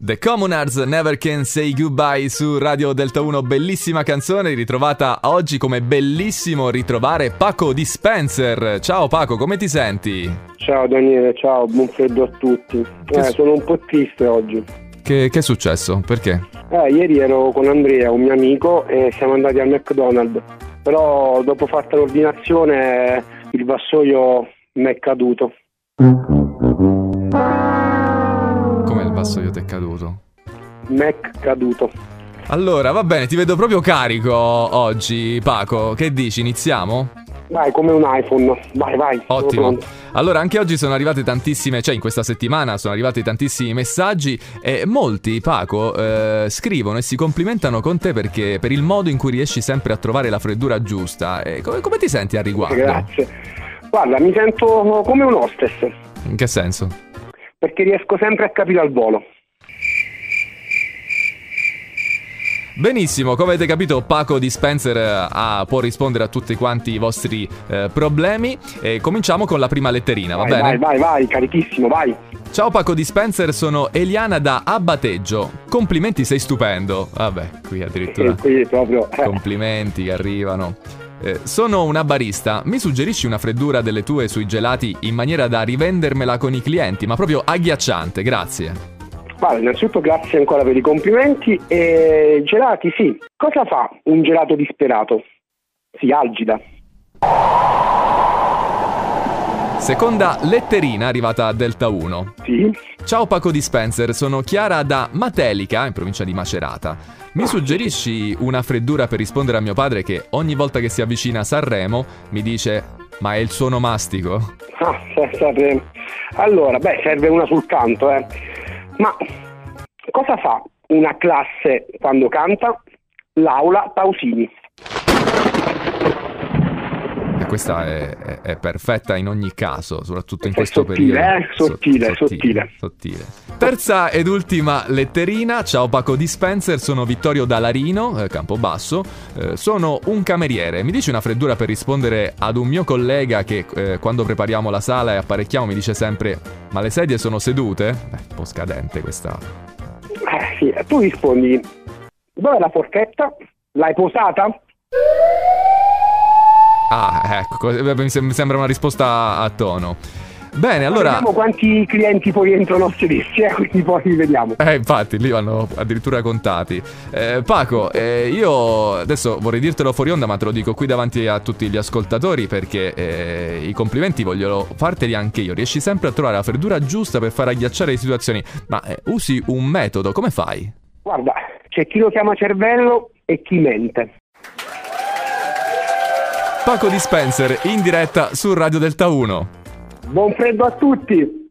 The Communards Never Can Say Goodbye su Radio Delta 1, bellissima canzone ritrovata oggi come bellissimo ritrovare Paco di Spencer. Ciao Paco, come ti senti? Ciao Daniele, ciao, buon freddo a tutti. Eh, s- sono un po' triste oggi. Che, che è successo? Perché? Eh, ieri ero con Andrea, un mio amico, e siamo andati al McDonald's. Però dopo fatta l'ordinazione eh, il vassoio mi è caduto. Come il vassoio ti è caduto? Mi è caduto. Allora, va bene, ti vedo proprio carico oggi Paco. Che dici, iniziamo? Vai, come un iPhone. Vai, vai. sono Ottimo. pronto. Allora, anche oggi sono arrivate tantissime, cioè in questa settimana sono arrivati tantissimi messaggi e molti, Paco, eh, scrivono e si complimentano con te perché per il modo in cui riesci sempre a trovare la freddura giusta. E come, come ti senti al riguardo? Grazie. Guarda, mi sento come un hostess, In che senso? perché riesco sempre a capire al volo. Benissimo, come avete capito Paco di Spencer eh, ha- può rispondere a tutti quanti i vostri eh, problemi e cominciamo con la prima letterina, Eh, va vai, bene? vai, vai, vai, carichissimo, vai. Ciao Paco di Spencer, sono Eliana da Abbateggio. Complimenti, sei stupendo. Vabbè, qui addirittura E qui proprio... eh. complimenti che arrivano. Eh, sono una barista, mi suggerisci una freddura delle tue sui gelati in maniera da rivendermela con i clienti, ma proprio agghiacciante, grazie. Vale, innanzitutto grazie ancora per i complimenti e gelati, sì. Cosa fa un gelato disperato? Si algida. Seconda letterina arrivata a Delta 1. Sì. Ciao Paco di Spencer, sono Chiara da Matelica, in provincia di Macerata. Mi suggerisci una freddura per rispondere a mio padre che ogni volta che si avvicina a Sanremo mi dice ma è il suo nomastico? Ah, sa- serve- Allora, beh, serve una sul canto, eh. Ma cosa fa una classe quando canta? L'aula Pausini. E questa è, è- è perfetta in ogni caso, soprattutto in È questo sottile, periodo. eh? Sottile, sottile. sottile. Terza ed ultima letterina. Ciao Paco di Spencer, sono Vittorio Dalarino, eh, Campobasso. Eh, sono un cameriere. Mi dici una freddura per rispondere ad un mio collega che eh, quando prepariamo la sala e apparecchiamo mi dice sempre "Ma le sedie sono sedute?" Beh, un po' scadente questa. Eh, sì, tu rispondi, dov'è la forchetta? L'hai posata? Ah, ecco, co- eh, mi sem- mi sembra una risposta a tono. Bene, allora Vediamo quanti clienti poi entrano a sedersi, eh, quindi poi vediamo. Eh, infatti, lì vanno addirittura contati. Eh, Paco, eh, io adesso vorrei dirtelo fuori onda, ma te lo dico qui davanti a tutti gli ascoltatori perché eh, i complimenti voglio farteli anche io. Riesci sempre a trovare la freddura giusta per far agghiacciare le situazioni, ma eh, usi un metodo, come fai? Guarda, c'è chi lo chiama cervello e chi mente. Paco di Spencer in diretta su Radio Delta 1. Buon freddo a tutti!